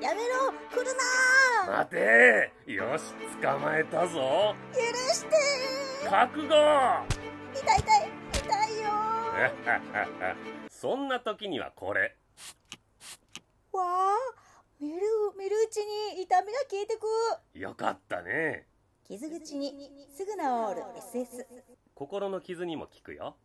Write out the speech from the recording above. やめろ来るな待てよし捕まえたぞ許して覚悟 痛い痛い痛いよそんな時にはこれわあ見る見るうちに痛みが消えてくよかったね傷口にすぐ治る SS 心の傷にも効くよ